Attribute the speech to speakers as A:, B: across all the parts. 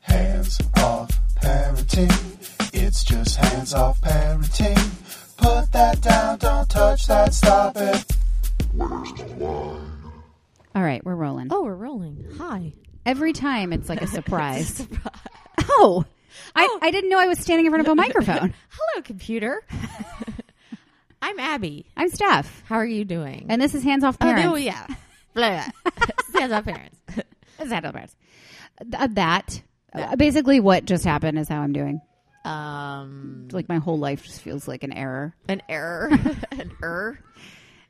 A: Hands off parenting. It's just hands off parenting. Put that down, don't touch that, stop it.
B: All right, we're rolling.
C: Oh, we're rolling. Hi.
B: Every time it's like a surprise. oh, I, I didn't know I was standing in front of a microphone.
C: Hello, computer. I'm Abby.
B: I'm Steph,
C: How are you doing?
B: and this is Hands Off
C: oh,
B: Parents.
C: no, yeah. Blah, blah. Stands up parents.
B: that that. Uh, basically, what just happened is how I'm doing.
C: Um,
B: Like my whole life just feels like an error.
C: an error. an error.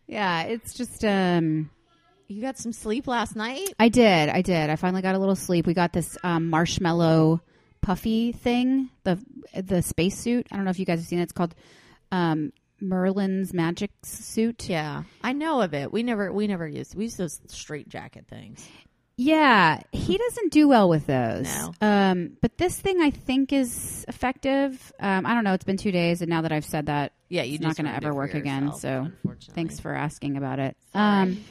B: Yeah, it's just um.
C: You got some sleep last night?
B: I did. I did. I finally got a little sleep. We got this um, marshmallow puffy thing, the the spacesuit. I don't know if you guys have seen it. It's called um, Merlin's magic suit.
C: Yeah, I know of it. We never, we never used. We used those straight jacket things.
B: Yeah, he doesn't do well with those.
C: No.
B: Um, but this thing I think is effective. Um, I don't know. It's been two days, and now that I've said that,
C: Yeah, you
B: it's not
C: just
B: going to
C: ruined it
B: ever
C: for
B: work again.
C: yourself,
B: So,
C: unfortunately.
B: thanks for asking about it. Um,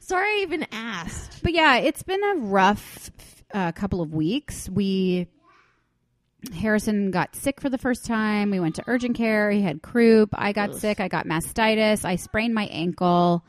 C: Sorry, I even asked.
B: but yeah, it's been a rough uh, couple of weeks. We Harrison got sick for the first time. We went to urgent care. He had croup. I got sick. I got mastitis. I sprained my ankle.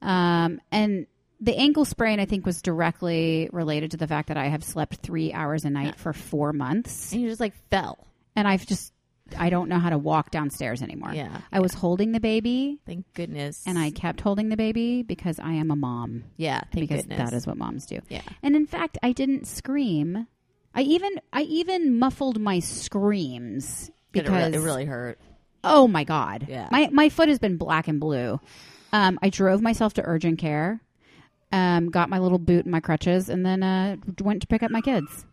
B: Um, and the ankle sprain, I think, was directly related to the fact that I have slept three hours a night for four months.
C: And you just like fell.
B: And I've just, I don't know how to walk downstairs anymore.
C: Yeah.
B: I was holding the baby
C: Thank goodness.
B: and I kept holding the baby because I am a mom
C: yeah, thank
B: because
C: goodness.
B: that is what moms do.
C: Yeah.
B: And in fact, I didn't scream. I even I even muffled my screams
C: It re-
B: because
C: it really hurt.
B: oh my god,
C: Yeah.
B: my my foot has been black and blue. Um, I drove myself to urgent care, um, got my little boot and my crutches, and then uh, went to pick up my kids.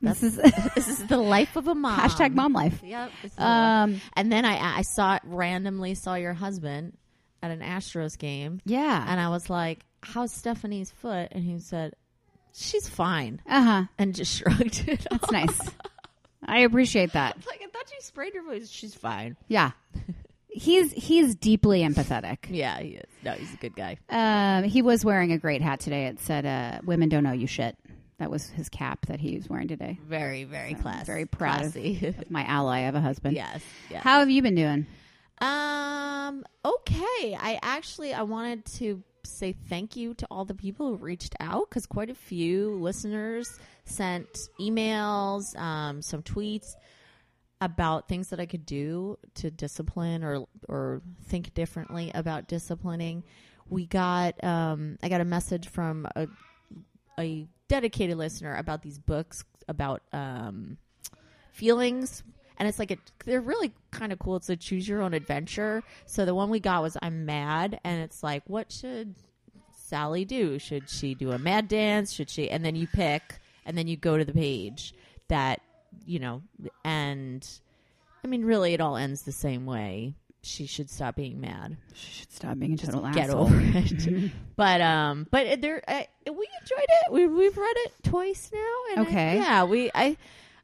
B: This is
C: this is the life of a mom.
B: hashtag mom life.
C: Yep. this is the life.
B: Um,
C: and then I I saw randomly saw your husband at an Astros game,
B: yeah.
C: and I was like, "How's Stephanie's foot?" And he said, "She's fine,"
B: Uh huh.
C: and just shrugged it off.
B: It's nice. I appreciate that.
C: Like I thought you sprayed her voice. She's fine.
B: Yeah. He's he's deeply empathetic.
C: Yeah, he is. No, he's a good guy.
B: Um, he was wearing a great hat today. It said, uh, "Women don't owe you shit." That was his cap that he was wearing today.
C: Very, very classy.
B: Very proud of,
C: Classy.
B: of my ally of a husband.
C: yes. Yeah.
B: How have you been doing?
C: Um. Okay. I actually I wanted to say thank you to all the people who reached out because quite a few listeners sent emails, um, some tweets about things that I could do to discipline or or think differently about disciplining. We got um, I got a message from a a dedicated listener about these books about um, feelings and it's like a, they're really kind of cool it's a choose your own adventure so the one we got was i'm mad and it's like what should sally do should she do a mad dance should she and then you pick and then you go to the page that you know and i mean really it all ends the same way she should stop being mad
B: Should stop being a total
C: get over it. but um, but it- there, I, we enjoyed it. We we've read it twice now. And I-
B: Okay.
C: yeah, we I.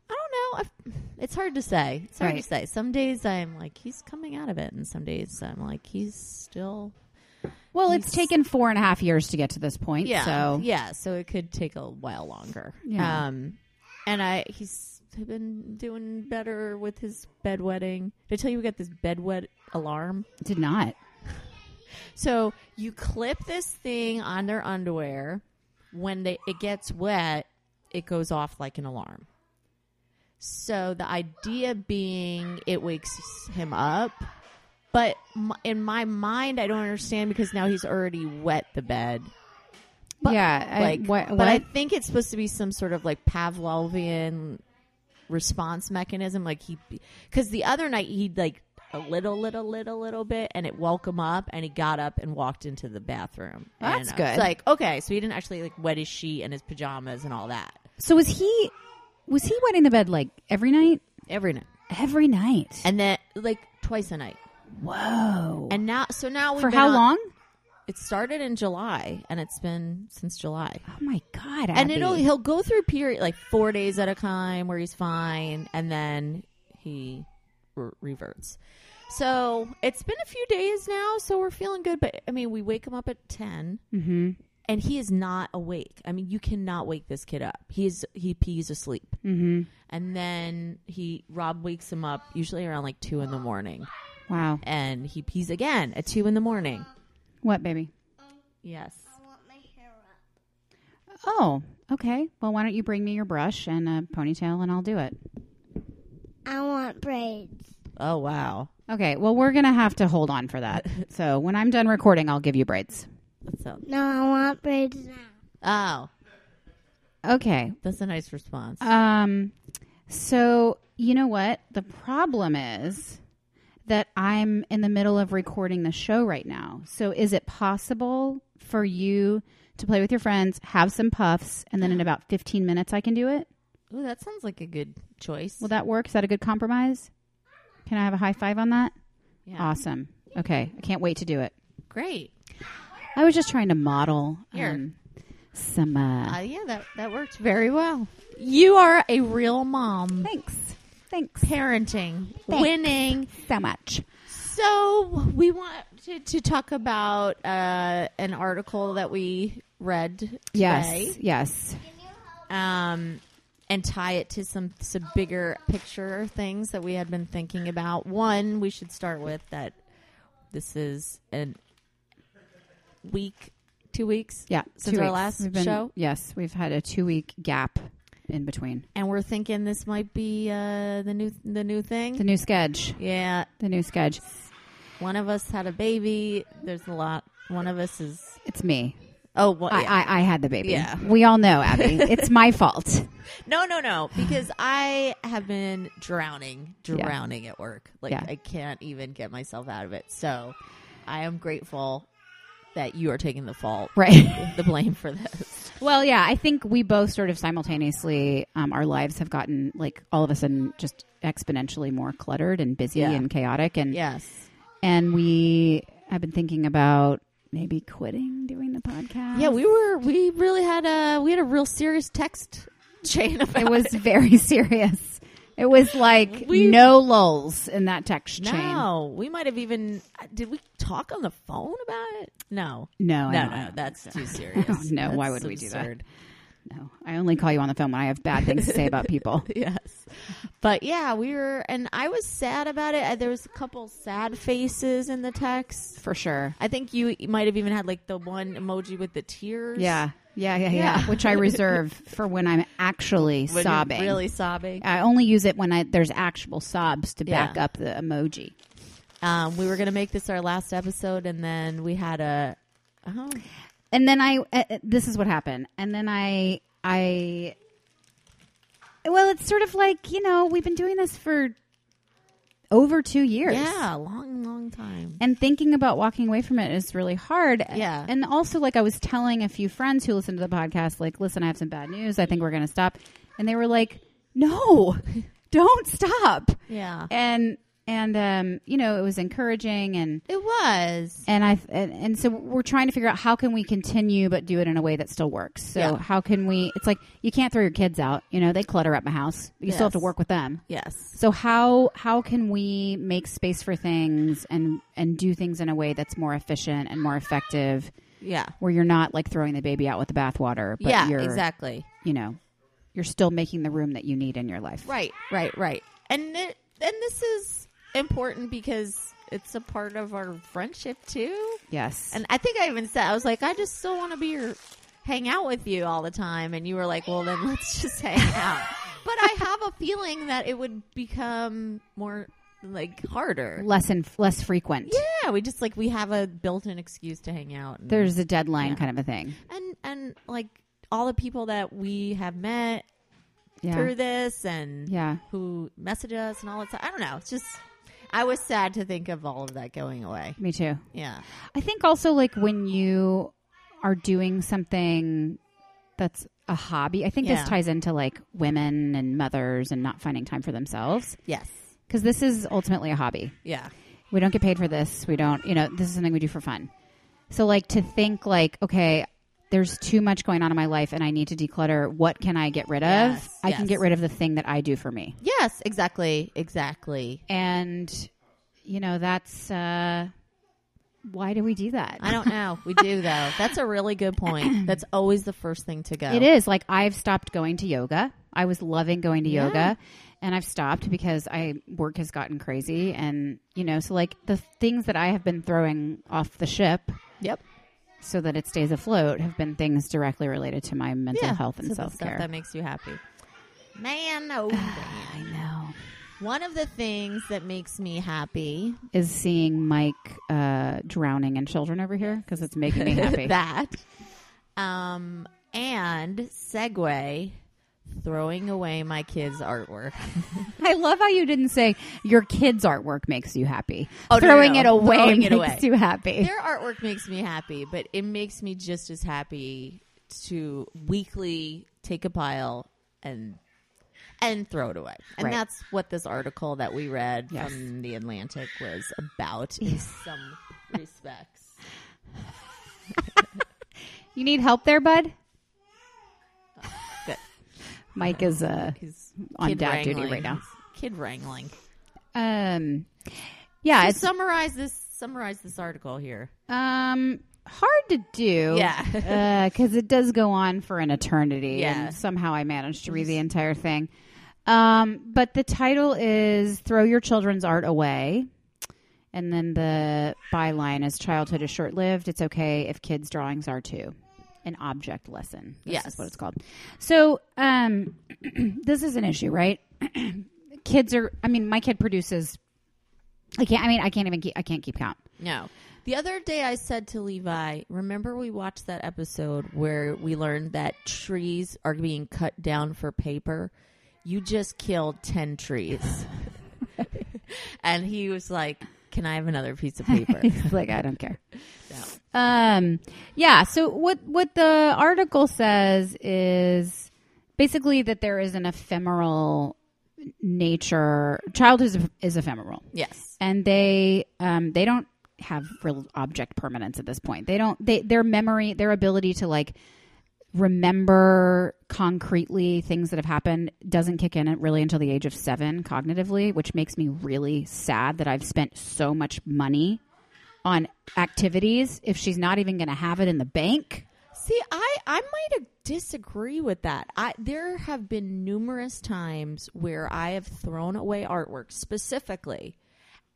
C: I don't know. I've, it's hard to say. It's hard
B: Right.
C: to say. Some days I'm like he's coming out of it, and some days I'm like he's still.
B: Well, it's taken four and a half years to get to this point. So
C: yeah. So it could take a while longer.
B: Yeah.
C: Um, and I he's been doing better with his bedwetting. Did I tell you we got this bedwet alarm?
B: did not.
C: So you clip this thing on their underwear. When they it gets wet, it goes off like an alarm. So the idea being it wakes him up. But m- in my mind, I don't understand because now he's already wet the bed. But,
B: yeah. I-
C: like,
B: what,
C: but
B: what?
C: I think it's supposed to be some sort of like Pavlovian response mechanism. Like he, because the other night he'd like a little, little, little, little bit, and it woke him up, and he got up and walked into the bathroom.
B: That's
C: And I was
B: good.
C: Like okay, so he didn't actually like wet his sheet and his pajamas and all that
B: so was he? Was he wetting the bed like every night?
C: every night,
B: Every night.
C: and then like twice a night,
B: Whoa.
C: and now so now we've
B: for
C: been
B: how
C: on-
B: long?
C: It started in July, and it's been since July.
B: Oh my god.
C: and
B: Abby.
C: it'll he'll go through period like four days at a time where he's fine and then he re- reverts so it's been a few days now so we're feeling good but i mean we wake him up at 10 and he is not awake. I mean, you cannot wake this kid up. He's he pees asleep,
B: Mm-hmm.
C: and then he Rob wakes him up usually around like two in the morning,
B: Wow.
C: and he pees again at two in the morning.
B: What, baby?
C: Yes.
B: Oh, okay. Well, why don't you bring me your brush and a ponytail and I'll do it.
D: I want braids.
C: Oh wow,
B: Okay. Well, we're going to have to hold on for that. So when I'm done recording, I'll give you braids.
C: that's a
D: No, I want braids now.
C: oh
B: Okay.
C: that's a nice response.
B: Um, so you know what? The problem is that I'm in the middle of recording the show right now. So is it possible for you to play with your friends, have some puffs, and then in about 15 minutes I can do it?
C: Ooh, that sounds like a good choice.
B: Will that work? Is that a good compromise? Can I have a high five on that?
C: yeah.
B: Awesome. Okay. I can't wait to do it.
C: Great.
B: I was just trying to model
C: Here.
B: um, some. Uh,
C: Uh, yeah, that that worked very well. You are a real mom.
B: thanks. Thanks
C: Parenting, winning.
B: so much.
C: So we want to, to talk about uh, an article that we read today,
B: Yes. Yes.
C: um, and tie it to some some bigger picture things that we had been thinking about. One, we should start with that. This is a week, two weeks,
B: Yeah,
C: since
B: two
C: our
B: weeks.
C: last
B: We've been-
C: show,
B: Yes, we've had a two week gap in between
C: and we're thinking this might be uh, the new the new thing.
B: the new sketch.
C: yeah,
B: The new sketch.
C: one of us had a baby. There's a lot. One of us is.
B: It's me.
C: Oh, well,
B: I,
C: yeah.
B: I, I had the baby.
C: Yeah.
B: we all know, Abby. it's my fault.
C: No, no, no. Because I have been drowning,
B: Yeah.
C: drowning at work. Like
B: Yeah.
C: I can't even get myself out of it. So I am grateful that you are taking the fault,
B: Right.
C: the blame for this.
B: well, yeah. I think we both sort of simultaneously, um, our lives have gotten like all of a sudden just exponentially more cluttered and busy
C: Yeah.
B: and chaotic, and
C: Yes.
B: and we have been thinking about maybe quitting doing the podcast.
C: Yeah, we were. We really had a we had a real serious text chain about
B: It was very serious. It was like
C: We-
B: no lulls in that text chain.
C: No, we might have even. Did we talk on the phone about it? No,
B: No, I
C: no,
B: don't- I
C: no.
B: don't
C: That's
B: think so.
C: too serious.
B: no, why
C: That's
B: would we do that?
C: absurd.
B: No, I only call you on the phone when I have bad things to say about people.
C: yes. But yeah, we were, and I was sad about it. Uh, There was a couple sad faces in the text.
B: For sure.
C: I think you might have even had like the one emoji with the tears.
B: Yeah. Yeah, yeah, yeah.
C: Yeah.
B: Which I reserve for when I'm actually
C: When you're
B: sobbing.
C: really sobbing.
B: I only use it when I, there's actual sobs to
C: Yeah.
B: back up the emoji.
C: Um, we were gonna make this our last episode, and then we had a. Oh,
B: and then I uh, uh, this is what happened, and then I I well, it's sort of like you know we've been doing this for over two years,
C: yeah, a long, long time.
B: And thinking about walking away from it is really hard.
C: Yeah.
B: And also, like, I was telling a few friends who listen to the podcast, like, listen, I have some bad news. I think we're going to stop. And they were like, no, don't stop.
C: Yeah,
B: And, and, um, you know, it was encouraging. And
C: it was.
B: and I and, and so we're trying to figure out how can we continue but do it in a way that still works. So
C: Yeah.
B: how can we? It's like you can't throw your kids out. You know they clutter up my house. You still have to
C: Yes.
B: work with them.
C: Yes.
B: So how how can we make space for things and and do things in a way that's more efficient and more effective,
C: Yeah.
B: where you're not like throwing the baby out with the bathwater, but
C: yeah.
B: you're
C: Exactly.
B: you know you're still making the room that you need in your life.
C: Right, right, right. And it, and this is important because it's a part of our friendship too.
B: Yes.
C: And I think I even said I was like, I just still want to be your, hang out with you all the time. And you were like, Well, then let's just hang out. but I have a feeling that it would become more like harder.
B: less and less frequent.
C: Yeah, we just like we have a built-in excuse to hang out. And,
B: There's a deadline
C: Yeah.
B: kind of a thing.
C: and and like all the people that we have met
B: Yeah.
C: through this and
B: yeah.
C: who message us and all that stuff. I don't know. It's just I was sad to think of all of that going away.
B: Me too.
C: Yeah.
B: I think also like when you are doing something that's a hobby. I think
C: Yeah.
B: this ties into like women and mothers and not finding time for themselves
C: Yes.
B: because this is ultimately a hobby.
C: Yeah.
B: We don't get paid for this. We don't, you know, this is something we do for fun. So like to think like, okay, there's too much going on in my life and I need to declutter. What can I get rid of?
C: Yes,
B: I can
C: yes.
B: get rid of the thing that I do for me.
C: Yes, exactly. Exactly.
B: And you know, that's uh Why do we do that?
C: I don't know. We do though. That's a really good point. That's always the first thing to go.
B: It is like I've stopped going to yoga. I was loving going to yoga and I've stopped because I work has gotten crazy and you know, so like the things that I have been throwing off the ship
C: Yep.
B: so that it stays afloat have been things directly related to my mental
C: yeah.
B: health and
C: So the stuff
B: self-care.
C: that makes you happy. Man, oh man.
B: I know.
C: One of the things that makes me happy
B: Is seeing Mike uh, drowning and children over here because it's making me happy.
C: that um and segue throwing away my kids' artwork.
B: I love how you didn't say your kids' artwork makes you happy.
C: Oh, no, no,
B: throwing
C: no.
B: it away
C: Throwing
B: makes
C: it away.
B: you happy.
C: Their artwork makes me happy, but it makes me just as happy to weekly take a pile and and throw it away. And
B: Right.
C: that's what this article that we read
B: Yes.
C: from the Atlantic was about in some respects.
B: you need help there, bud?
C: Good.
B: Mike is uh,
C: He's
B: On
C: kid
B: dad duty
C: wrangling.
B: right now.
C: Kid wrangling.
B: um yeah, it's
C: summarize this summarize this article here.
B: um hard to do.
C: Yeah.
B: because it does go on for an eternity.
C: Yeah.
B: And somehow I managed to read the entire thing. Um, but the title is Throw Your Children's Art Away. And then the byline is Childhood is short lived. It's okay if kids' drawings are too. An object lesson. This
C: Yes.
B: Is what it's called. So um, this is an issue, right? kids are, I mean, my kid produces. I can't. I mean, I can't even. Keep, I can't keep count.
C: No. The other day I said to Levi, remember we watched that episode where we learned that trees are being cut down for paper? You just killed 10 trees. and he was like, can I have another piece of paper?
B: It's like I don't care. Um, yeah. So what what the article says is basically that there is an ephemeral nature. Childhood is, is ephemeral,
C: yes.
B: and they um, they don't have real object permanence at this point. They don't. They their memory, their ability to like remember concretely things that have happened doesn't kick in really until the age of seven cognitively, which makes me really sad that I've spent so much money on activities if she's not even going to have it in the bank.
C: See, I, I might ag- disagree with that. I there have been numerous times where I have thrown away artwork specifically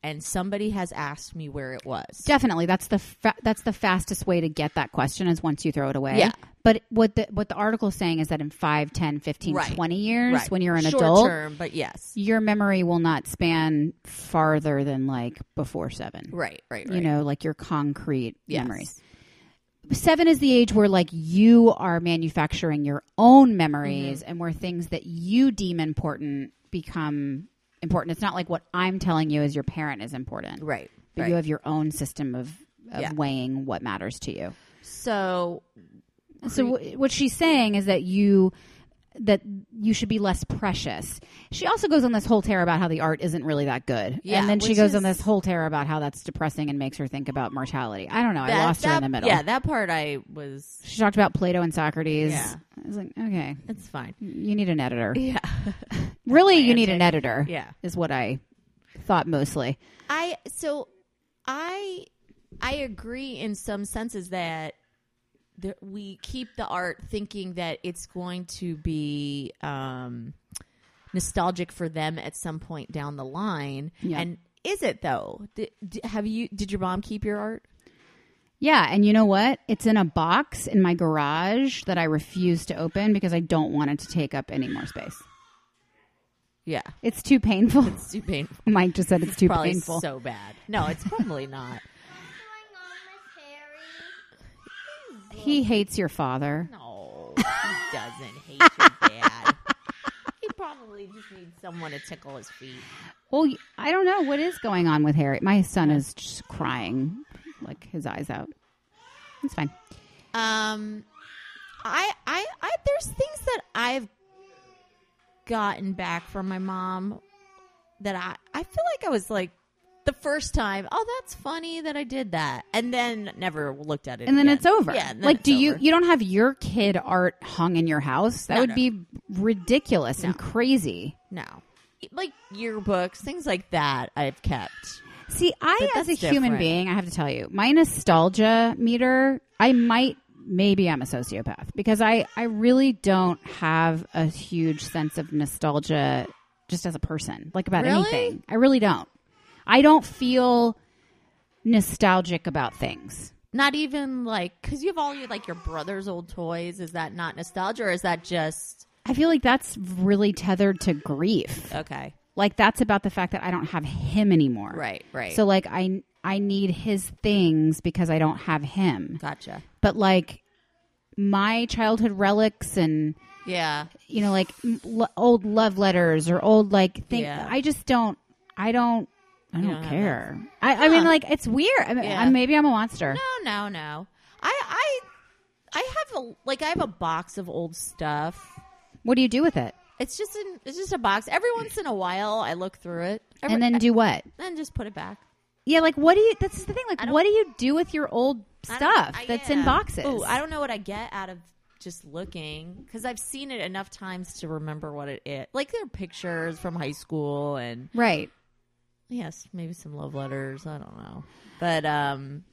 C: and somebody has asked me where it was.
B: Definitely, that's the fa- that's the fastest way to get that question is once you throw it away.
C: Yeah.
B: But what the what the article's saying is that in 5, 10, 15,
C: Right.
B: 20 years
C: Right.
B: when you're an
C: Short
B: adult,
C: term, but yes.
B: your memory will not span farther than like before 7.
C: Right, right, right.
B: You know, like your concrete
C: Yes.
B: memories. seven is the age where like you are manufacturing your own memories
C: Mm-hmm.
B: and where things that you deem important become important. It's not like what I'm telling you as your parent is important,
C: Right.
B: but
C: right.
B: you have your own system of, of
C: Yeah.
B: weighing what matters to you.
C: so
B: So w- what she's saying is that you that you should be less precious. She also goes on this whole tear about how the art isn't really that good.
C: Yeah,
B: and then she
C: which
B: goes on
C: is-
B: this whole tear about how that's depressing and makes her think about mortality. I don't know.
C: that-
B: I lost her
C: that-
B: in the middle.
C: Yeah, that part I was.
B: She talked about Plato and Socrates.
C: Yeah.
B: I was like, okay,
C: It's fine.
B: you need an editor.
C: Yeah,
B: Really, you need an editor.
C: yeah.
B: Is what I thought mostly.
C: I so I I agree in some senses that that we keep the art thinking that it's going to be um, nostalgic for them at some point down the line.
B: Yeah.
C: And is it though? Did, have you? Did your mom keep your art?
B: Yeah, and you know what? It's in a box in my garage that I refuse to open because I don't want it to take up any more space.
C: Yeah,
B: It's too painful.
C: it's too painful.
B: Mike just said it's too
C: probably
B: painful.
C: so bad. No, it's probably not.
B: he hates your father.
C: No, he doesn't hate your dad. he probably just needs someone to tickle his feet.
B: Well, y- I don't know what is going on with Harry. My son is just crying, like his eyes out. It's fine.
C: Um, I, I, I, there's things that I've gotten back from my mom that I, I feel like I was like the first time, oh, that's funny that I did that, and then never looked at it,
B: and then
C: again.
B: it's over.
C: Yeah, and then
B: like,
C: it's
B: do you
C: over.
B: you don't have your kid art hung in your house? That
C: No,
B: would
C: no.
B: be ridiculous and crazy.
C: no, like yearbooks, things like that, I've kept.
B: See, I
C: But
B: as a
C: that's
B: human
C: different.
B: being, I have to tell you, my nostalgia meter, I might maybe I'm a sociopath because I I really don't have a huge sense of nostalgia just as a person, like about
C: Really?
B: anything. I really don't. I don't feel nostalgic about things.
C: Not even like because you have all your like your brother's old toys. Is that not nostalgia, or is that just
B: I feel like that's really tethered to grief.
C: okay?
B: Like that's about the fact that I don't have him anymore.
C: Right, right.
B: So like I I need his things because I don't have him.
C: Gotcha.
B: but like my childhood relics and
C: Yeah.
B: you know like m- lo- old love letters or old like things
C: Yeah.
B: i just don't i don't i don't,
C: don't have
B: care I, I mean like it's weird I mean,
C: Yeah.
B: I- maybe i'm a monster
C: No, no, no. I, I, I have a like I have a box of old stuff.
B: what do you do with it
C: It's just an, it's just a box. Every once in a while, I look through it, Every,
B: and then do what
C: then just put it back.
B: yeah like what do you this is the thing
C: I
B: like
C: don't-
B: what do you do with your old
C: I don't-
B: stuff
C: I-
B: that's
C: yeah.
B: in boxes
C: Ooh, I don't know what I get out of just looking because I've seen it enough times to remember what it is. Like there are pictures from high school and
B: right
C: yes, maybe some love letters. I don't know, but um,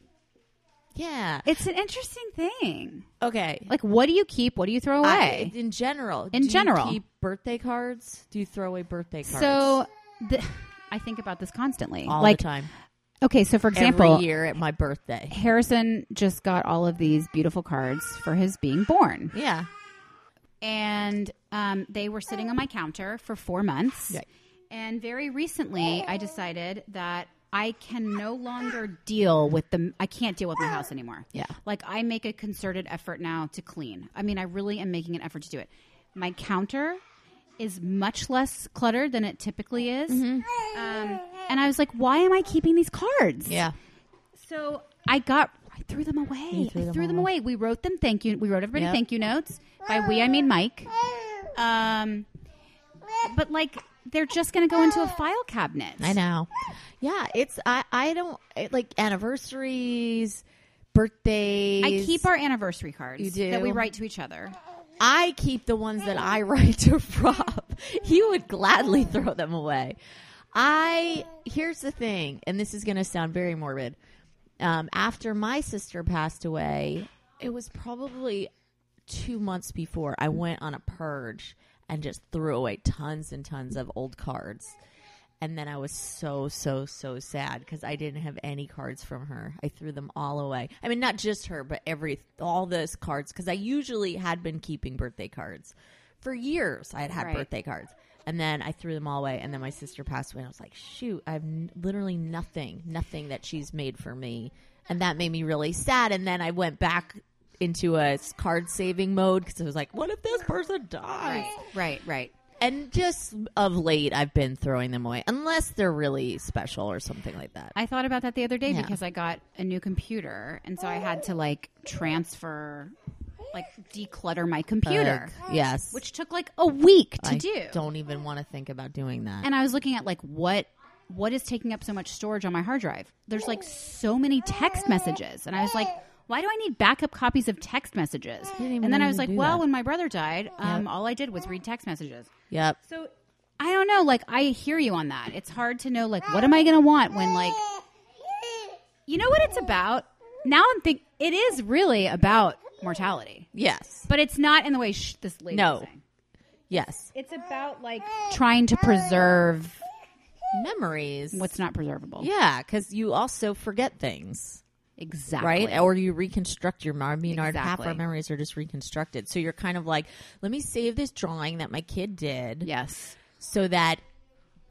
C: yeah.
B: it's an interesting thing
C: Okay,
B: like what do you keep what do you throw away
C: I- in general,
B: In
C: do you
B: general.
C: keep birthday cards. Do you throw away birthday cards?
B: so the, i think about this constantly
C: all
B: like
C: the time,
B: okay so for example
C: every year at my birthday.
B: Harrison just got all of these beautiful cards for his being born.
C: Yeah,
B: And um, they were sitting on my counter for four months.
C: Right.
B: And very recently, I decided that I can no longer deal with the, I can't deal with my house anymore.
C: Yeah.
B: Like I make a concerted effort now to clean. I mean, I really am making an effort to do it. My counter is much less cluttered than it typically is.
C: Mm-hmm.
B: Um, and I was like, why am I keeping these cards?
C: yeah.
B: So I got, I threw them away.
C: threw
B: I
C: them
B: threw them away. We wrote them thank you. We wrote everybody
C: Yep.
B: thank you notes. By we, I mean Mike. Um, but like, they're just going to go into a file cabinet.
C: I know. Yeah, it's I I don't it, like anniversaries, birthdays.
B: I keep our anniversary cards
C: You do?
B: that we write to each other.
C: I keep the ones that I write to Rob. He would gladly throw them away. I here's the thing, and this is going to sound very morbid. Um, after my sister passed away, it was probably two months before I went on a purge and just threw away tons and tons of old cards. And then I was so, so, so sad because I didn't have any cards from her. I threw them all away. I mean, not just her, but every, all those cards because I usually had been keeping birthday cards. For years, I had had
B: Right.
C: birthday cards. And then I threw them all away. And then my sister passed away. And I was like, shoot, I have n- literally nothing, nothing that she's made for me. And that made me really sad. And then I went back into a s- card saving mode because it was like, what if this person dies?
B: right, right.
C: And just of late, I've been throwing them away unless they're really special or something like that.
B: I thought about that the other day
C: Yeah.
B: because I got a new computer. And so I had to like transfer, like declutter my computer,
C: Ugh, yes,
B: which took like a week to
C: I
B: do.
C: don't even want to think about doing that.
B: and I was looking at like what what is taking up so much storage on my hard drive. There's like so many text messages, and I was like, why do I need backup copies of text messages?
C: even
B: And then
C: know
B: I
C: you
B: was
C: could
B: like,
C: do
B: well,
C: that.
B: when my brother died, um, all I did was read text messages.
C: yep.
B: So I don't know. Like I hear you on that. It's hard to know like what am I gonna want when like you know what it's about. Now I'm think it is really about mortality,
C: Yes.
B: but it's not in the way sh- this lady
C: No.
B: was saying.
C: Yes.
B: It's about like trying to preserve
C: Memories.
B: what's not preservable.
C: yeah, because you also forget things,
B: Exactly.
C: right? Or you reconstruct your memory. I mean, our, half our
B: Exactly.
C: memories are just reconstructed. So you're kind of like, let me save this drawing that my kid did.
B: yes.
C: so that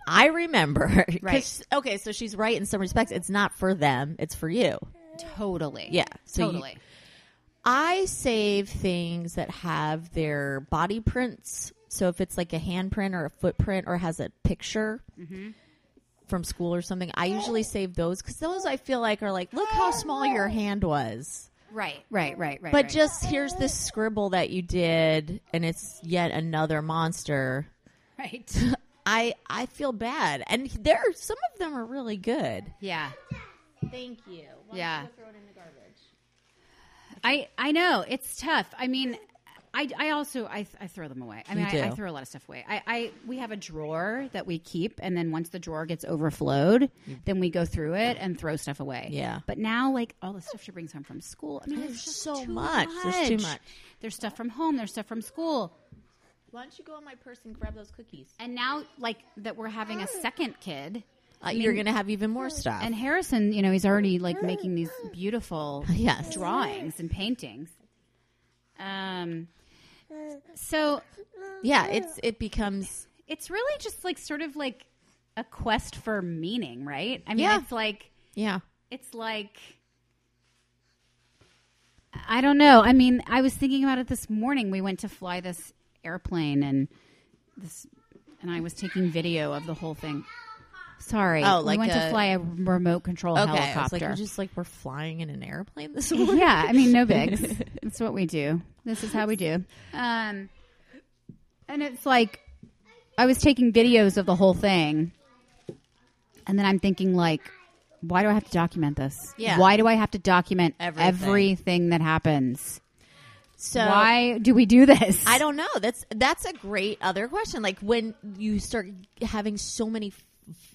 C: I remember. 'Cause-
B: Right.
C: Okay, so she's right in some respects. It's not for them, it's for you.
B: Totally.
C: Yeah, so you-
B: totally.
C: I save things that have their body prints. So if it's like a handprint or a footprint or has a picture
B: Mm-hmm.
C: from school or something, I usually save those because those I feel like are like, look how small your hand was.
B: right. Right. Right. Right.
C: But
B: right.
C: just here's this scribble that you did, and it's yet another monster.
B: right.
C: I I feel bad, and there some of them are really good.
B: Yeah.
C: Thank you.
B: Yeah. I I know it's tough. I mean, I, I also I, th- I throw them away. I
C: You
B: mean,
C: do.
B: I, I throw a lot of stuff away. I, I we have a drawer that we keep, and then once the drawer gets overflowed, then we go through it and throw stuff away.
C: Yeah.
B: But now, like all the stuff she brings home from school, I mean, there's just
C: so
B: too
C: much. There's too much.
B: There's stuff from home. There's stuff from school,
C: Why don't you go in my purse and grab those cookies?
B: and now like that we're having a second kid,
C: Uh, you're going to have even more stuff.
B: and Harrison, you know, he's already like making these beautiful
C: yes.
B: drawings and paintings. Um. So
C: Yeah, it's it becomes
B: it's really just like sort of like a quest for meaning, right? I mean,
C: Yeah.
B: it's like
C: yeah.
B: it's like I don't know. I mean, I was thinking about it this morning. We went to fly this airplane and this and I was taking video of the whole thing. Sorry.
C: Oh,
B: we
C: like
B: went
C: a-
B: to fly a remote control
C: Okay, I was like,
B: helicopter.
C: you're just like we're flying in an airplane this morning.
B: yeah, I mean, no bigs. That's what we do. This is how we do. Um, and it's like I was taking videos of the whole thing, and then I'm thinking like, why do I have to document this?
C: Yeah.
B: Why do I have to document
C: Everything.
B: everything, that happens?
C: So
B: why do we do this?
C: I don't know. That's that's a great other question. Like when you start having so many f-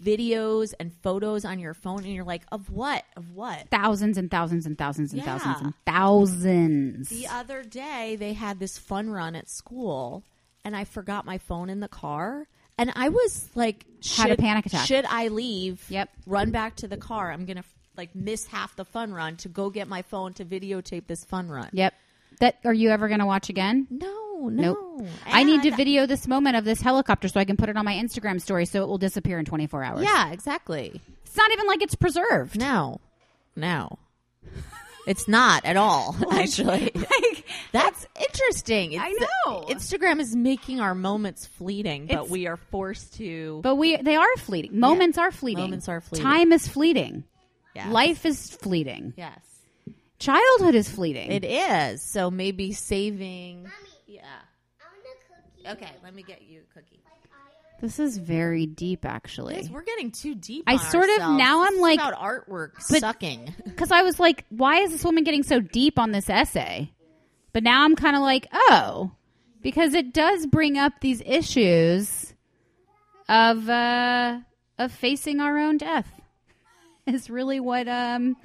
C: videos and photos on your phone, and you're like, of what? Of what?
B: Thousands and thousands and thousands and
C: Yeah.
B: thousands and thousands.
C: The other day, they had this fun run at school, and I forgot my phone in the car. And I was like,
B: Had a
C: should-
B: panic attack.
C: Should I leave?
B: Yep.
C: Run back to the car. I'm gonna like miss half the fun run to go get my phone to videotape this fun run.
B: Yep. That are you ever going to watch again?
C: No, no.
B: Nope. I need to
C: And-
B: video this moment of this helicopter so I can put it on my Instagram story so it will disappear in 24 hours.
C: Yeah, exactly.
B: It's not even like it's preserved.
C: No, no, it's not at all. actually, that's interesting. It's
B: I
C: the-
B: know.
C: Instagram is making our moments fleeting, but
B: It's-
C: we are forced to.
B: But we they are fleeting. Moments are fleeting.
C: Moments are fleeting.
B: Time is fleeting.
C: Yeah.
B: Life is fleeting.
C: yes,
B: Childhood is fleeting.
C: it is. So maybe saving. Yeah.
D: I want a cookie.
C: Okay, let me get you a cookie.
B: this is very deep actually.
C: Guys, we're getting too deep.
B: I
C: on
B: sort of-
C: ourselves.
B: now
C: This
B: I'm
C: is
B: like-
C: about artwork
B: But-
C: sucking.
B: Cuz I was like, why is this woman getting so deep on this essay? But now I'm kind of like, oh, because it does bring up these issues of uh of facing our own death. Is really what um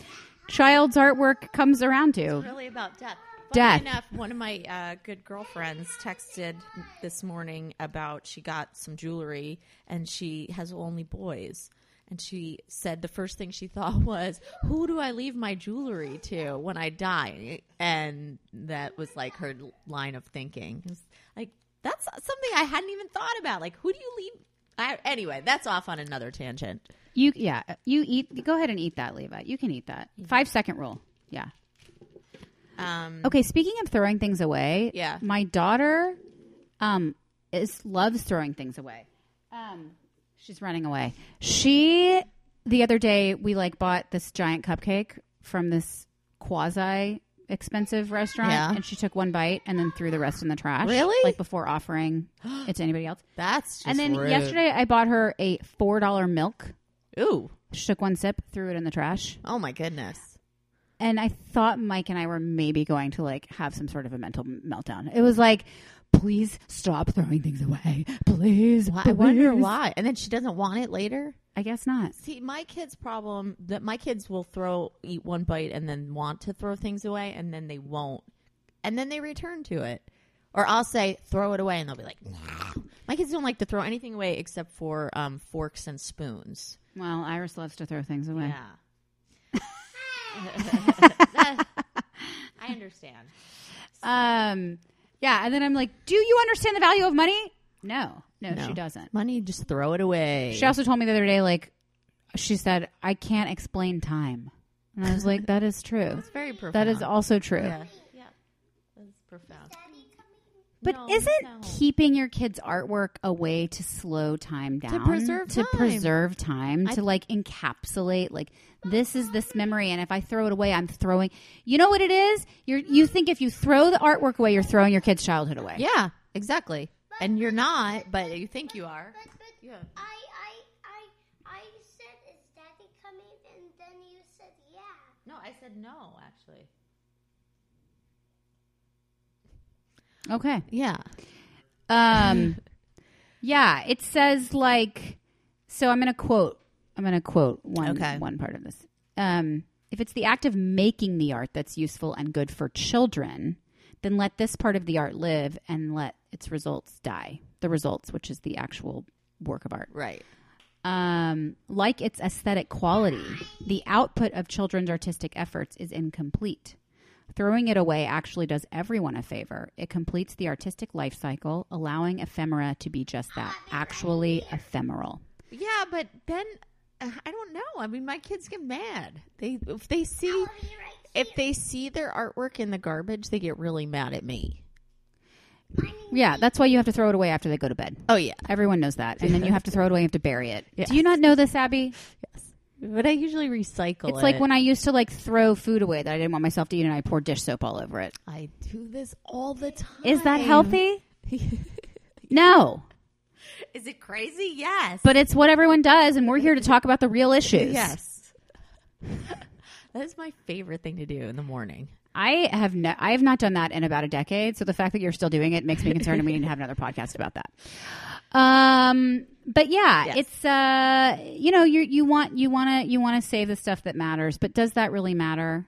B: child's artwork comes around to.
C: really about death. Funny
B: Death.
C: enough, one of my uh, good girlfriends texted this morning about she got some jewelry and she has only boys. And she said the first thing she thought was, "Who do I leave my jewelry to when I die?" And that was like her l- line of thinking. It was like that's something I hadn't even thought about. Like, who do you leave? I, anyway, that's off on another tangent.
B: You yeah, you eat. Go ahead and eat that, Leva. You can eat that. Five second rule. Yeah.
C: Um,
B: Okay. Speaking of throwing things away,
C: Yeah.
B: my daughter, um, is loves throwing things away. Um, she's running away. She the other day we like bought this giant cupcake from this quasi expensive restaurant,
C: Yeah.
B: and she took one bite and then threw the rest in the trash.
C: Really?
B: Like before offering it to anybody else.
C: that's just
B: and then
C: rude.
B: yesterday I bought her a four dollar milk.
C: Ooh,
B: She took one sip, threw it in the trash.
C: oh my goodness.
B: And I thought Mike and I were maybe going to like have some sort of a mental meltdown. It was like, please stop throwing things away. Please.
C: Why, I wonder
B: please."
C: why. And then she doesn't want it later.
B: I guess not.
C: See, my kids' problem that my kids will throw eat one bite and then want to throw things away, and then they won't, and then they return to it. Or I'll say throw it away, and they'll be like, "No." My kids don't like to throw anything away except for um, forks and spoons.
B: Well, Iris loves to throw things away.
C: Yeah. I understand.
B: Um, yeah. And then I'm like, do you understand the value of money? No, no, she doesn't.
C: Money, just throw it away.
B: She also told me the other day, like, she said, I can't explain time. And I was like, that is true.
C: It's very profound.
B: That is also true.
C: Yeah, yeah. That's profound.
B: But
C: No,
B: isn't
C: no.
B: keeping your kids' artwork a way to slow time down?
C: preserve
B: to
C: time.
B: preserve time,
C: I-
B: to like encapsulate like this is this memory and if I throw it away, I'm throwing you know what it is? You're you think if you throw the artwork away, you're throwing your kids' childhood away.
C: Yeah, exactly. And you're not, but you think you are.
D: But, but
C: Yeah.
D: I, I, I, I said, is daddy coming? And then you said, yeah.
C: No, I said no, actually.
B: Okay.
C: Yeah.
B: Um, yeah, it says like, so I'm going to quote, I'm going to quote one,
C: Okay.
B: one part of this. Um, if it's the act of making the art that's useful and good for children, then let this part of the art live and let its results die. The results, which is the actual work of art
C: Right.
B: um, like its aesthetic quality, the output of children's artistic efforts is incomplete. Throwing it away actually does everyone a favor. It completes the artistic life cycle, allowing ephemera to be just that actually ephemeral.
C: Yeah, but then uh, I don't know. I mean, my kids get mad. They if they see if they see their artwork in the garbage, they get really mad at me.
B: Yeah, that's why you have to throw it away after they go to bed.
C: Oh yeah.
B: Everyone knows that. And then you have to throw it away, you have to bury it. Do you not know this, Abby?
C: But I usually recycle
B: It's like when I used to like throw food away that I didn't want myself to eat and I poured dish soap all over it.
C: I do this all the time.
B: Is that healthy? no.
C: Is it crazy? Yes.
B: But it's what everyone does, and we're here to talk about the real issues.
C: Yes. that is my favorite thing to do in the morning.
B: I have no, I have not done that in about a decade. So the fact that you're still doing it makes me concerned, and we need to have another podcast about that. Um, but yeah,
C: Yes.
B: it's uh, you know, you you want you want to you want to save the stuff that matters, but does that really matter?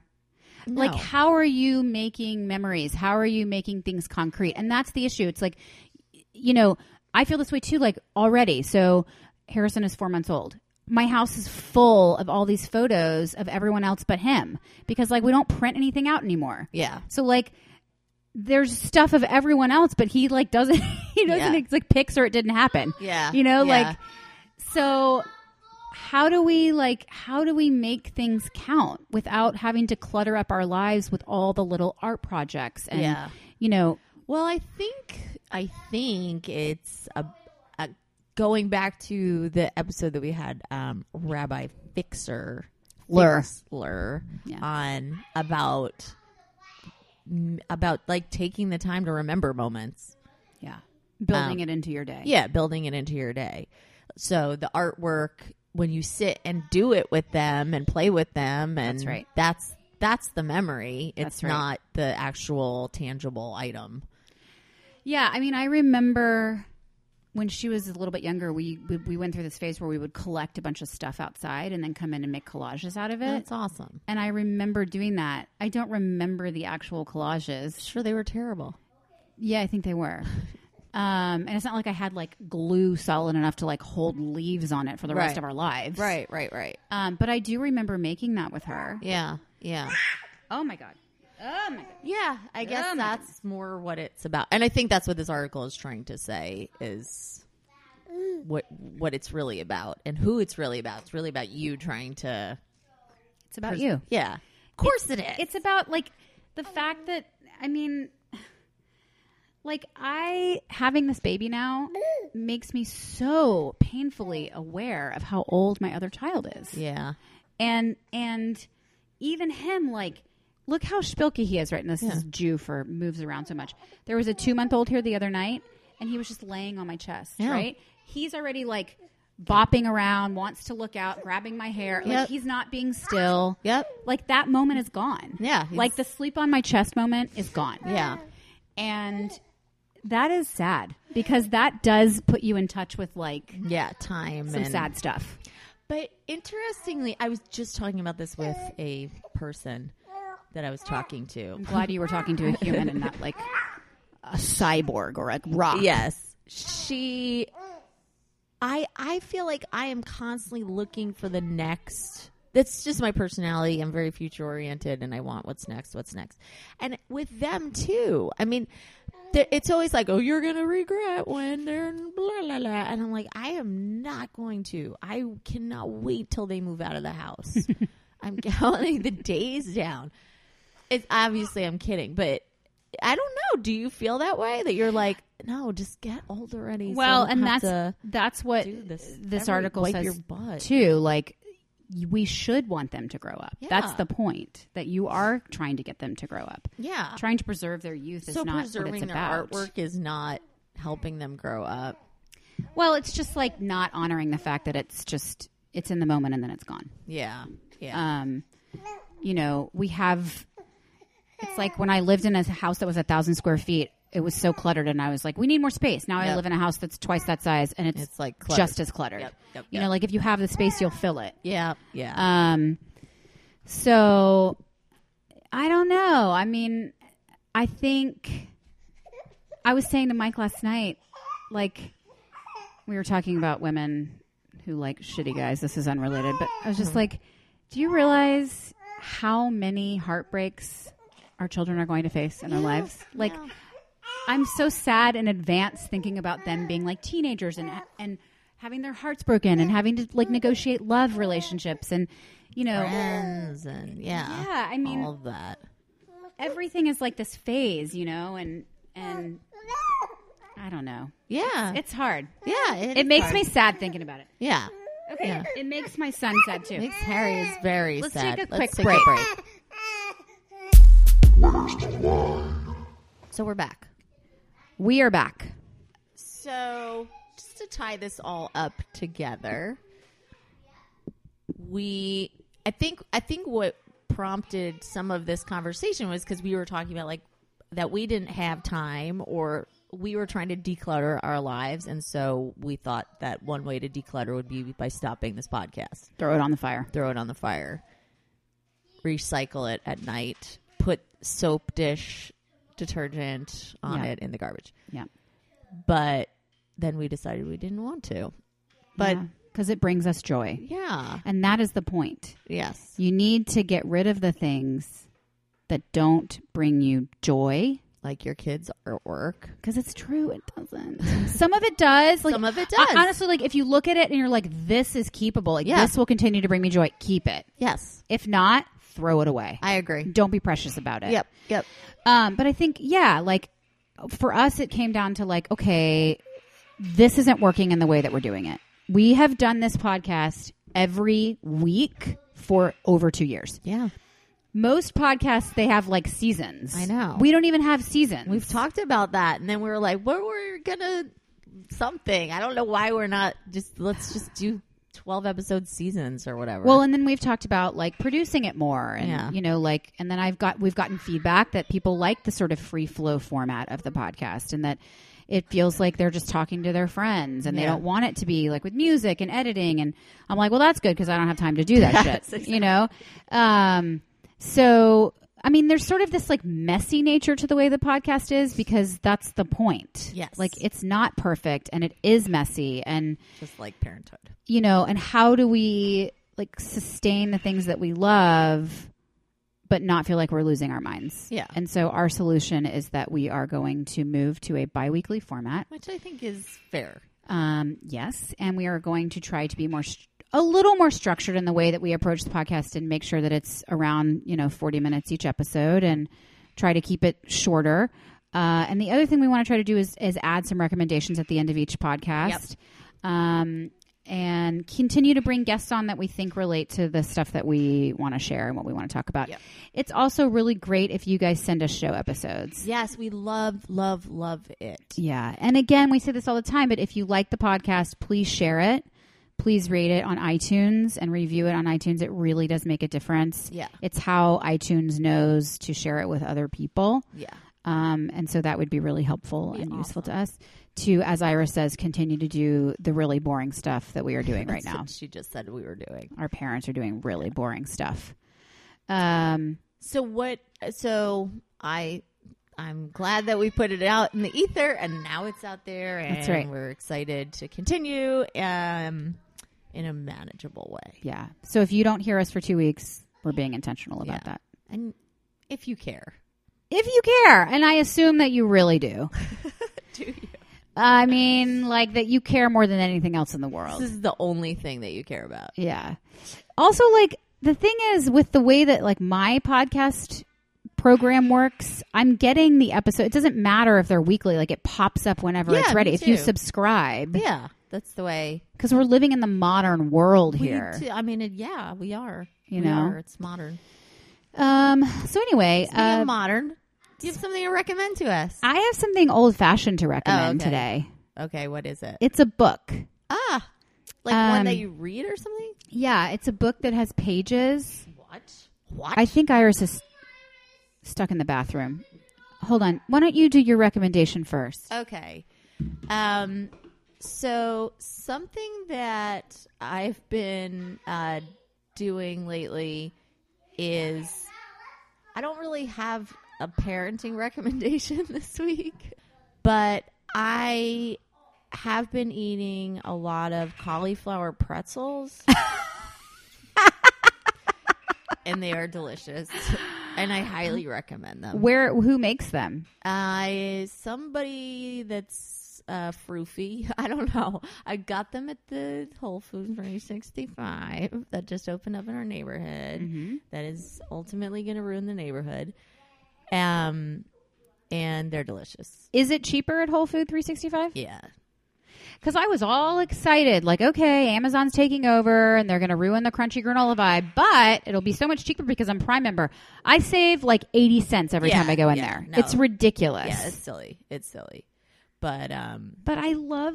B: Like,
C: No.
B: how are you making memories? How are you making things concrete? And that's the issue. It's like, you know, I feel this way too, like already. So Harrison is four months old. My house is full of all these photos of everyone else but him because, like, we don't print anything out anymore.
C: Yeah.
B: So, like, there's stuff of everyone else, but he, like, doesn't, he doesn't,
C: Yeah.
B: it's like, picks or it didn't happen.
C: Yeah.
B: You know,
C: Yeah.
B: like, so how do we like how do we make things count without having to clutter up our lives with all the little art projects and
C: Yeah.
B: you know
C: Well, I think I think it's a, a going back to the episode that we had um, Rabbi Fixer
B: Lur.
C: Fixler
B: Yeah.
C: on about m- about like taking the time to remember moments.
B: yeah building it into your day
C: Um, Yeah, building it into your day. So the artwork when you sit and do it with them and play with them and
B: That's right.
C: that's that's the memory. It's
B: That's right.
C: not the actual tangible item.
B: Yeah, I mean, I remember when she was a little bit younger, we, we we went through this phase where we would collect a bunch of stuff outside and then come in and make collages out of it.
C: That's awesome.
B: and I remember doing that. I don't remember the actual collages.
C: Sure they were terrible.
B: Yeah, I think they were. Um, and it's not like I had like glue solid enough to like hold leaves on it for the rest
C: Right.
B: of our lives.
C: Right, right, right.
B: Um, but I do remember making that with her.
C: Yeah, yeah.
B: Oh my God. Oh my God.
C: Yeah, I guess
B: Oh, my
C: that's more what it's about. And I think that's what this article is trying to say is what what it's really about and who it's really about. It's really about you trying to
B: It's about you.
C: Yeah. Of course it is.
B: It's about like the fact that I mean, like I having this baby now makes me so painfully aware of how old my other child is,
C: yeah.
B: and and even him like. Look how spilky he is right now. This is Jew for moves around so much. There was a two month old here the other night, and he was just laying on my chest.
C: Yeah.
B: Right, he's already like bopping around, wants to look out, grabbing my hair.
C: Yep.
B: Like he's not being still
C: Yep.
B: like that moment is gone.
C: Yeah, he's-
B: Like the sleep on my chest moment is gone.
C: Yeah.
B: And that is sad because that does put you in touch with like
C: Yeah, time
B: some
C: and
B: sad stuff.
C: But interestingly, I was just talking about this with a person that I was talking to.
B: I'm glad you were talking to a human and not like a cyborg or a rock.
C: Yes. She I I feel like I am constantly looking for the next that's just my personality. I'm very future oriented and I want what's next, what's next. And with them too. I mean, th- it's always like, "Oh, you're going to regret when they're blah blah blah." And I'm like, "I am not going to. I cannot wait till they move out of the house." I'm counting the days down. It's obviously I'm kidding, but I don't know. Do you feel that way that you're like, "No, just get old already." so
B: Well,
C: I don't
B: and that's
C: have to-
B: that's what
C: do this.
B: this,
C: every-
B: article
C: wipe
B: says
C: your butt.
B: too. Like y- we should want them to grow up. That's
C: Yeah.
B: the point that you are trying to get them to grow up.
C: yeah.
B: Trying to preserve their youth is
C: Uh, so
B: not what
C: preserving
B: it's
C: their
B: about.
C: artwork is not helping them grow up.
B: Well, it's just like not honoring the fact that it's just it's in the moment and then it's gone.
C: Yeah. Yeah.
B: Um, you know, we have. It's like when I lived in a house that was a thousand square feet. it was so cluttered, and I was like, we need more space. Now I
C: Yep.
B: live in a house that's twice that size, and it's,
C: It's like cluttered.
B: just as cluttered.
C: Yep, yep,
B: You
C: yep.
B: know, like if you have the space, you'll fill it.
C: Yeah, yeah.
B: Um, so I don't know. I mean, I think I was saying to Mike last night, like we were talking about women who like shitty guys. This is unrelated, but I was
C: Mm-hmm.
B: just like, do you realize how many heartbreaks our children are going to face in their lives? Like,
C: yeah.
B: I'm so sad in advance thinking about them being like teenagers and and having their hearts broken and having to like negotiate love relationships and you know
C: Friends and yeah,
B: yeah I mean
C: all of that.
B: everything is like this phase you know and and I don't know
C: Yeah,
B: it's hard
C: yeah.
B: it
C: is
B: makes
C: hard.
B: me sad thinking about it
C: yeah.
B: okay
C: Yeah.
B: it makes my son sad too
C: Makes Harry is very
B: Let's
C: sad.
B: take a quick
C: Let's take
B: break.
C: a break. So we're back.
B: we are back
C: So, just to tie this all up together, we I think I think what prompted some of this conversation was cuz we were talking about like that we didn't have time or we were trying to declutter our lives and so we thought that one way to declutter would be by stopping this podcast
B: throw it on the fire
C: throw it on the fire, recycle it at night, put soap dish detergent on
B: Yeah.
C: it in the garbage.
B: yeah
C: But then we decided we didn't want to. But
B: because it brings us joy
C: yeah,
B: and that is the point
C: yes,
B: You need to get rid of the things that don't bring you joy
C: like your kids are at work.
B: because it's true it doesn't. Some of it does. Like
C: Some of it
B: hon-
C: does.
B: honestly, like if you look at it and you're like, "This is keepable. Like
C: Yeah.
B: this will continue to bring me joy. Keep it.
C: Yes,
B: If not, throw it away.
C: I agree.
B: Don't be precious about it.
C: Yep, yep.
B: Um, but I think yeah, like for us, it came down to like, okay, this isn't working in the way that we're doing it. We have done this podcast every week for over two years.
C: Yeah,
B: Most podcasts they have like seasons.
C: I know.
B: We don't even have seasons.
C: we've talked about that, and then we were like, "What we're gonna something?" I don't know why we're not just let's just do twelve episode seasons or whatever.
B: well, and then we've talked about like producing it more, and
C: Yeah.
B: you know, like, and then I've got we've gotten feedback that people like the sort of free flow format of the podcast, and that it feels like they're just talking to their friends, and they
C: Yeah.
B: don't want it to be like with music and editing. And I'm like, well, that's good because I don't have time to do that shit, you know. Um, so. I mean, there's sort of this like messy nature to the way the podcast is because that's the point.
C: Yes.
B: Like it's not perfect and it is messy and
C: just like parenthood.
B: you know, and how do we like sustain the things that we love but not feel like we're losing our minds?
C: Yeah.
B: And so our solution is that we are going to move to a biweekly format.
C: which I think is fair.
B: Um, yes, and we are going to try to be more st- a little more structured in the way that we approach the podcast and make sure that it's around, you know, 40 minutes each episode and try to keep it shorter. Uh, and the other thing we want to try to do is, is add some recommendations at the end of each podcast. Um, and continue to bring guests on that we think relate to the stuff that we want to share and what we want to talk about.
C: Yep.
B: It's also really great if you guys send us show episodes.
C: Yes, we love, love, love it.
B: Yeah. And again, we say this all the time, but if you like the podcast, please share it. Please rate it on iTunes and review it on iTunes. It really does make a difference.
C: Yeah.
B: It's how iTunes knows to share it with other people.
C: Yeah.
B: Um, and so that would be really helpful and useful to us to, as Ira says, continue to do the really boring stuff that we are doing right
C: That's
B: now.
C: what she just said we were doing.
B: Our parents are doing really boring stuff. Um,
C: So what so I I'm glad that we put it out in the ether and now it's out there and
B: That's right.
C: we're excited to continue um in a manageable way.
B: yeah. So if you don't hear us for two weeks, we're being intentional about
C: Yeah.
B: that.
C: And if you care.
B: If you care, and I assume that you really do.
C: Do you?
B: I mean, like that you care more than anything else in the
C: This
B: world.
C: is the only thing that you care about.
B: Yeah. Also, like the thing is with the way that like my podcast program works, I'm getting the episode. It doesn't matter if they're weekly; like it pops up whenever
C: Yeah,
B: it's ready.
C: me
B: If you
C: too.
B: subscribe,
C: Yeah. That's the way
B: because we're living in the modern world here.
C: We, too, I mean, it, yeah, we are.
B: You
C: We
B: know?
C: are. it's modern. Um,
B: Um. So anyway,
C: Speaking
B: uh,
C: of modern, do you have something to recommend to us?
B: I have something old fashioned to recommend
C: Oh, okay.
B: today.
C: Okay, what is it?
B: It's a book.
C: ah, like
B: Um,
C: one that you read or something?
B: Yeah, it's a book that has pages.
C: What? What?
B: I think Iris is stuck in the bathroom. hold on. Why don't you do your recommendation first?
C: Okay. Um, so something that I've been uh, doing lately is I don't really have a parenting recommendation this week, but I have been eating a lot of cauliflower pretzels. and they are delicious. And I highly recommend them.
B: Where who makes them?
C: Uh, somebody that's uh, froofy. I don't know. I got them at the Whole Foods 365 that just opened up in our neighborhood.
B: Mm-hmm.
C: That is ultimately going to ruin the neighborhood. Um, and they're delicious.
B: Is it cheaper at Whole Food 365?
C: Yeah.
B: Because I was all excited, like, okay, Amazon's taking over and they're going to ruin the crunchy granola vibe, but it'll be so much cheaper because I'm Prime member. I save like 80 cents every
C: Yeah,
B: time I go in
C: yeah,
B: there.
C: no.
B: It's ridiculous.
C: Yeah, it's silly. It's silly. But um,
B: But I love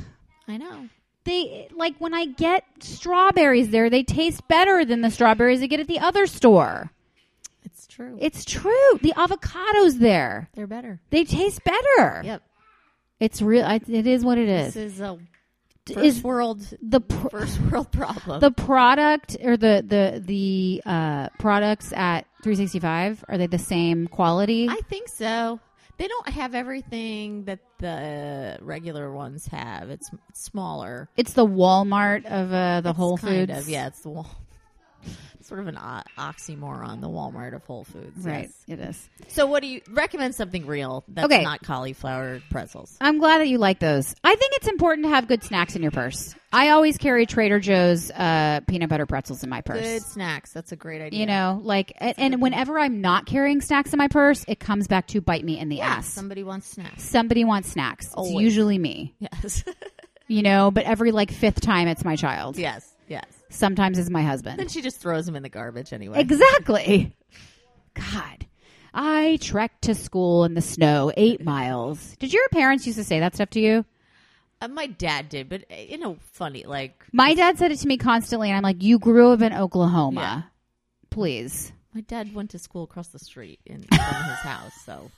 C: I know.
B: they like when I get strawberries there, they taste better than the strawberries I get at the other store.
C: It's true.
B: It's true. The avocados there,
C: they're better.
B: they taste better.
C: Yep.
B: It's real. I, it is what it
C: This
B: is.
C: is a
B: D-
C: first
B: is-
C: world
B: the pr-
C: first world problem.
B: the product or the the the uh, products at 365 are they the same quality?
C: I think so. They don't have everything that the regular ones have. It's it's smaller.
B: it's the Walmart of uh, the Whole
C: It's kind
B: Foods.
C: of, yeah. It's the Wal- it's sort of an o- oxymoron. The Walmart of Whole Foods,
B: right.
C: yes.
B: It is.
C: So, what do you recommend? Something real that's
B: Okay.
C: not cauliflower pretzels.
B: I'm glad that you like those. I think it's important to have good snacks in your purse. I always carry Trader Joe's uh, peanut butter pretzels in my purse.
C: Good snacks. That's a great idea.
B: You know, like, and, and whenever I'm not carrying snacks in my purse, it comes back to bite me in the
C: yeah.
B: ass.
C: Somebody wants snacks.
B: Somebody wants snacks. It's
C: Always.
B: usually me,
C: Yes.
B: you know, but every like fifth time it's my child.
C: yes. Yes.
B: Sometimes it's my
C: Then
B: husband.
C: she just throws them in the garbage anyway.
B: Exactly. God. I trekked to school in the snow eight miles. Did your parents used to say that stuff to you?
C: Uh, my dad did, but uh, you know, funny like
B: My dad said it to me constantly, and I'm like, You grew up in Oklahoma. Please.
C: my dad went to school across the street in from his house, so.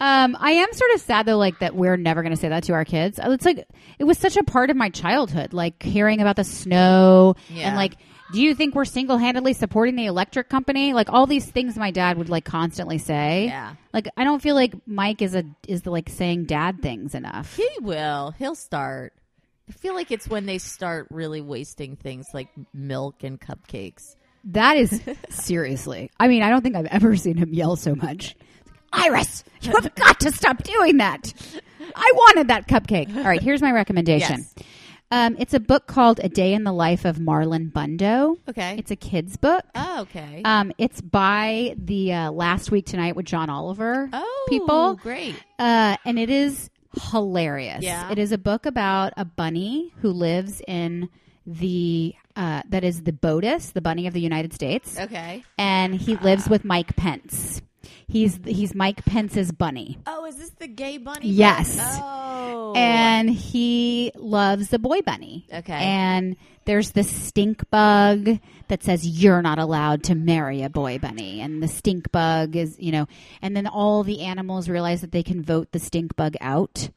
B: Um, I am sort of sad though, like that we're never going to say that to our kids. Uh, It's like it was such a part of my childhood, like hearing about the snow
C: Yeah.
B: and like, do you think we're single handedly supporting the electric company? Like all these things my dad would like constantly say.
C: Yeah.
B: Like I don't feel like Mike is a is like saying dad things enough.
C: He will. He'll start. I feel like it's when they start really wasting things like milk and cupcakes.
B: That is seriously. I mean, I don't think I've ever seen him yell so much. Iris, you have got to stop doing that. I wanted that cupcake. All right, here's my recommendation.
C: Yes.
B: Um, it's a book called A Day in the Life of Marlon Bundo.
C: Okay.
B: It's a kid's book.
C: oh, okay.
B: Um, it's by the uh, Last Week Tonight with John Oliver
C: oh,
B: people.
C: Great.
B: Uh, and it is hilarious.
C: Yeah.
B: It is a book about a bunny who lives in the, uh, that is the BOTUS, the bunny of the United States
C: Okay.
B: and he lives with Mike Pence. He's he's Mike Pence's bunny.
C: Oh, is this the gay bunny?
B: Yes.
C: Oh.
B: And he loves the boy bunny.
C: Okay.
B: And there's this stink bug that says you're not allowed to marry a boy bunny. And the stink bug is, you know, and then all the animals realize that they can vote the stink bug out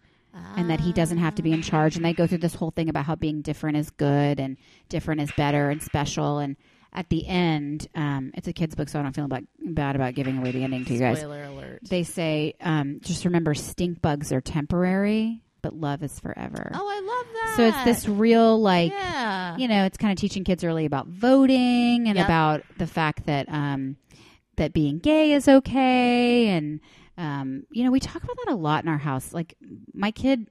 B: and that he doesn't have to
C: Ah.
B: be in charge. And they go through this whole thing about how being different is good and different is better and special. And at the end, um, it's a kid's book, so I don't feel about, bad about giving away the ending to you guys
C: Spoiler alert.
B: they say um, just remember stink bugs are temporary but love is forever
C: Oh, I love that.
B: so it's this real like
C: Yeah.
B: you know it's kind of teaching kids early about voting and
C: Yep.
B: about the fact that um, that being gay is okay and um, you know we talk about that a lot in our house like my kid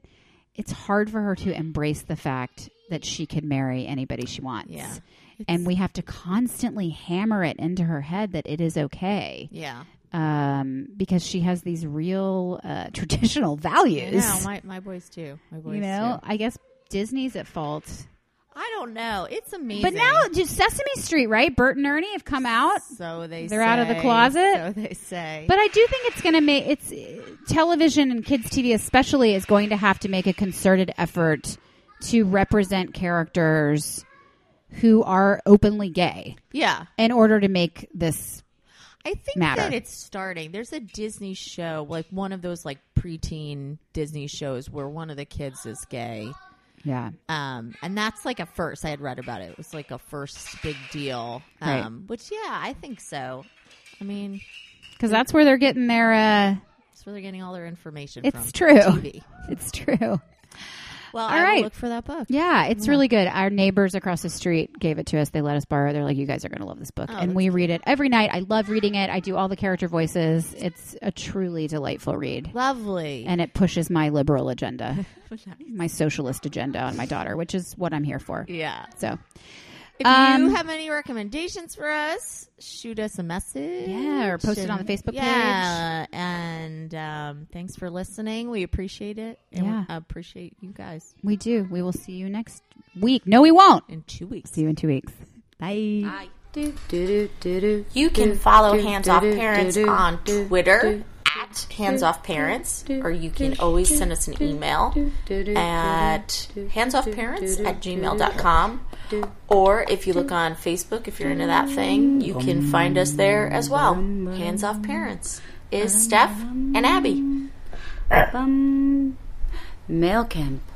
B: it's hard for her to embrace the fact that she could marry anybody she wants
C: Yeah.
B: and we have to constantly hammer it into her head that it is okay
C: Yeah.
B: um, because she has these real uh, traditional values.
C: Yeah. My my boys too. My boys
B: you know,
C: too.
B: I guess Disney's at fault.
C: I don't know. It's amazing.
B: But now, just Sesame Street, right? Bert and Ernie have come out.
C: so they
B: They're out of the
C: say.
B: closet.
C: So they say.
B: But I do think it's going to make it's uh, television and kids TV especially is going to have to make a concerted effort to represent characters who are openly gay
C: yeah.
B: in order to make this
C: I think
B: matter.
C: that it's starting. There's a Disney show, like one of those like preteen Disney shows where one of the kids is gay.
B: yeah.
C: Um, and that's like a first. I had read about it. It was like a first big deal. Um,
B: Right.
C: which yeah, I think so. I mean,
B: Because that's where they're getting their. Uh,
C: that's where they're getting all their information
B: It's
C: from.
B: true.
C: TV.
B: it's true.
C: Well,
B: All
C: I will
B: right.
C: look for that book.
B: Yeah, it's really good. Our neighbors across the street gave it to us. They let us borrow. it. They're like, "You guys are going to love this book," and we read it every night. I love reading it. I do all the character voices. It's a truly delightful read,
C: Lovely.
B: and it pushes my liberal agenda, my socialist agenda, on my daughter, which is what I'm here for.
C: yeah.
B: So,
C: If
B: Um,
C: you have any recommendations for us, shoot us a message.
B: Yeah, or post it on the Facebook
C: yeah, page. and um, thanks for listening. We appreciate it. And
B: Yeah.
C: we appreciate you guys.
B: we do. We will see you next week. No, we won't.
C: In two weeks.
B: See you in two weeks. Bye.
E: You can follow Hands Off Parents on Twitter at Hands Off Parents, or you can always send us an email at handsoffparents at gmail.com. Or if you look on Facebook, if you're into that thing, you can find us there as well. Hands Off Parents is Steph and Abby.
F: Bum. Mail camp.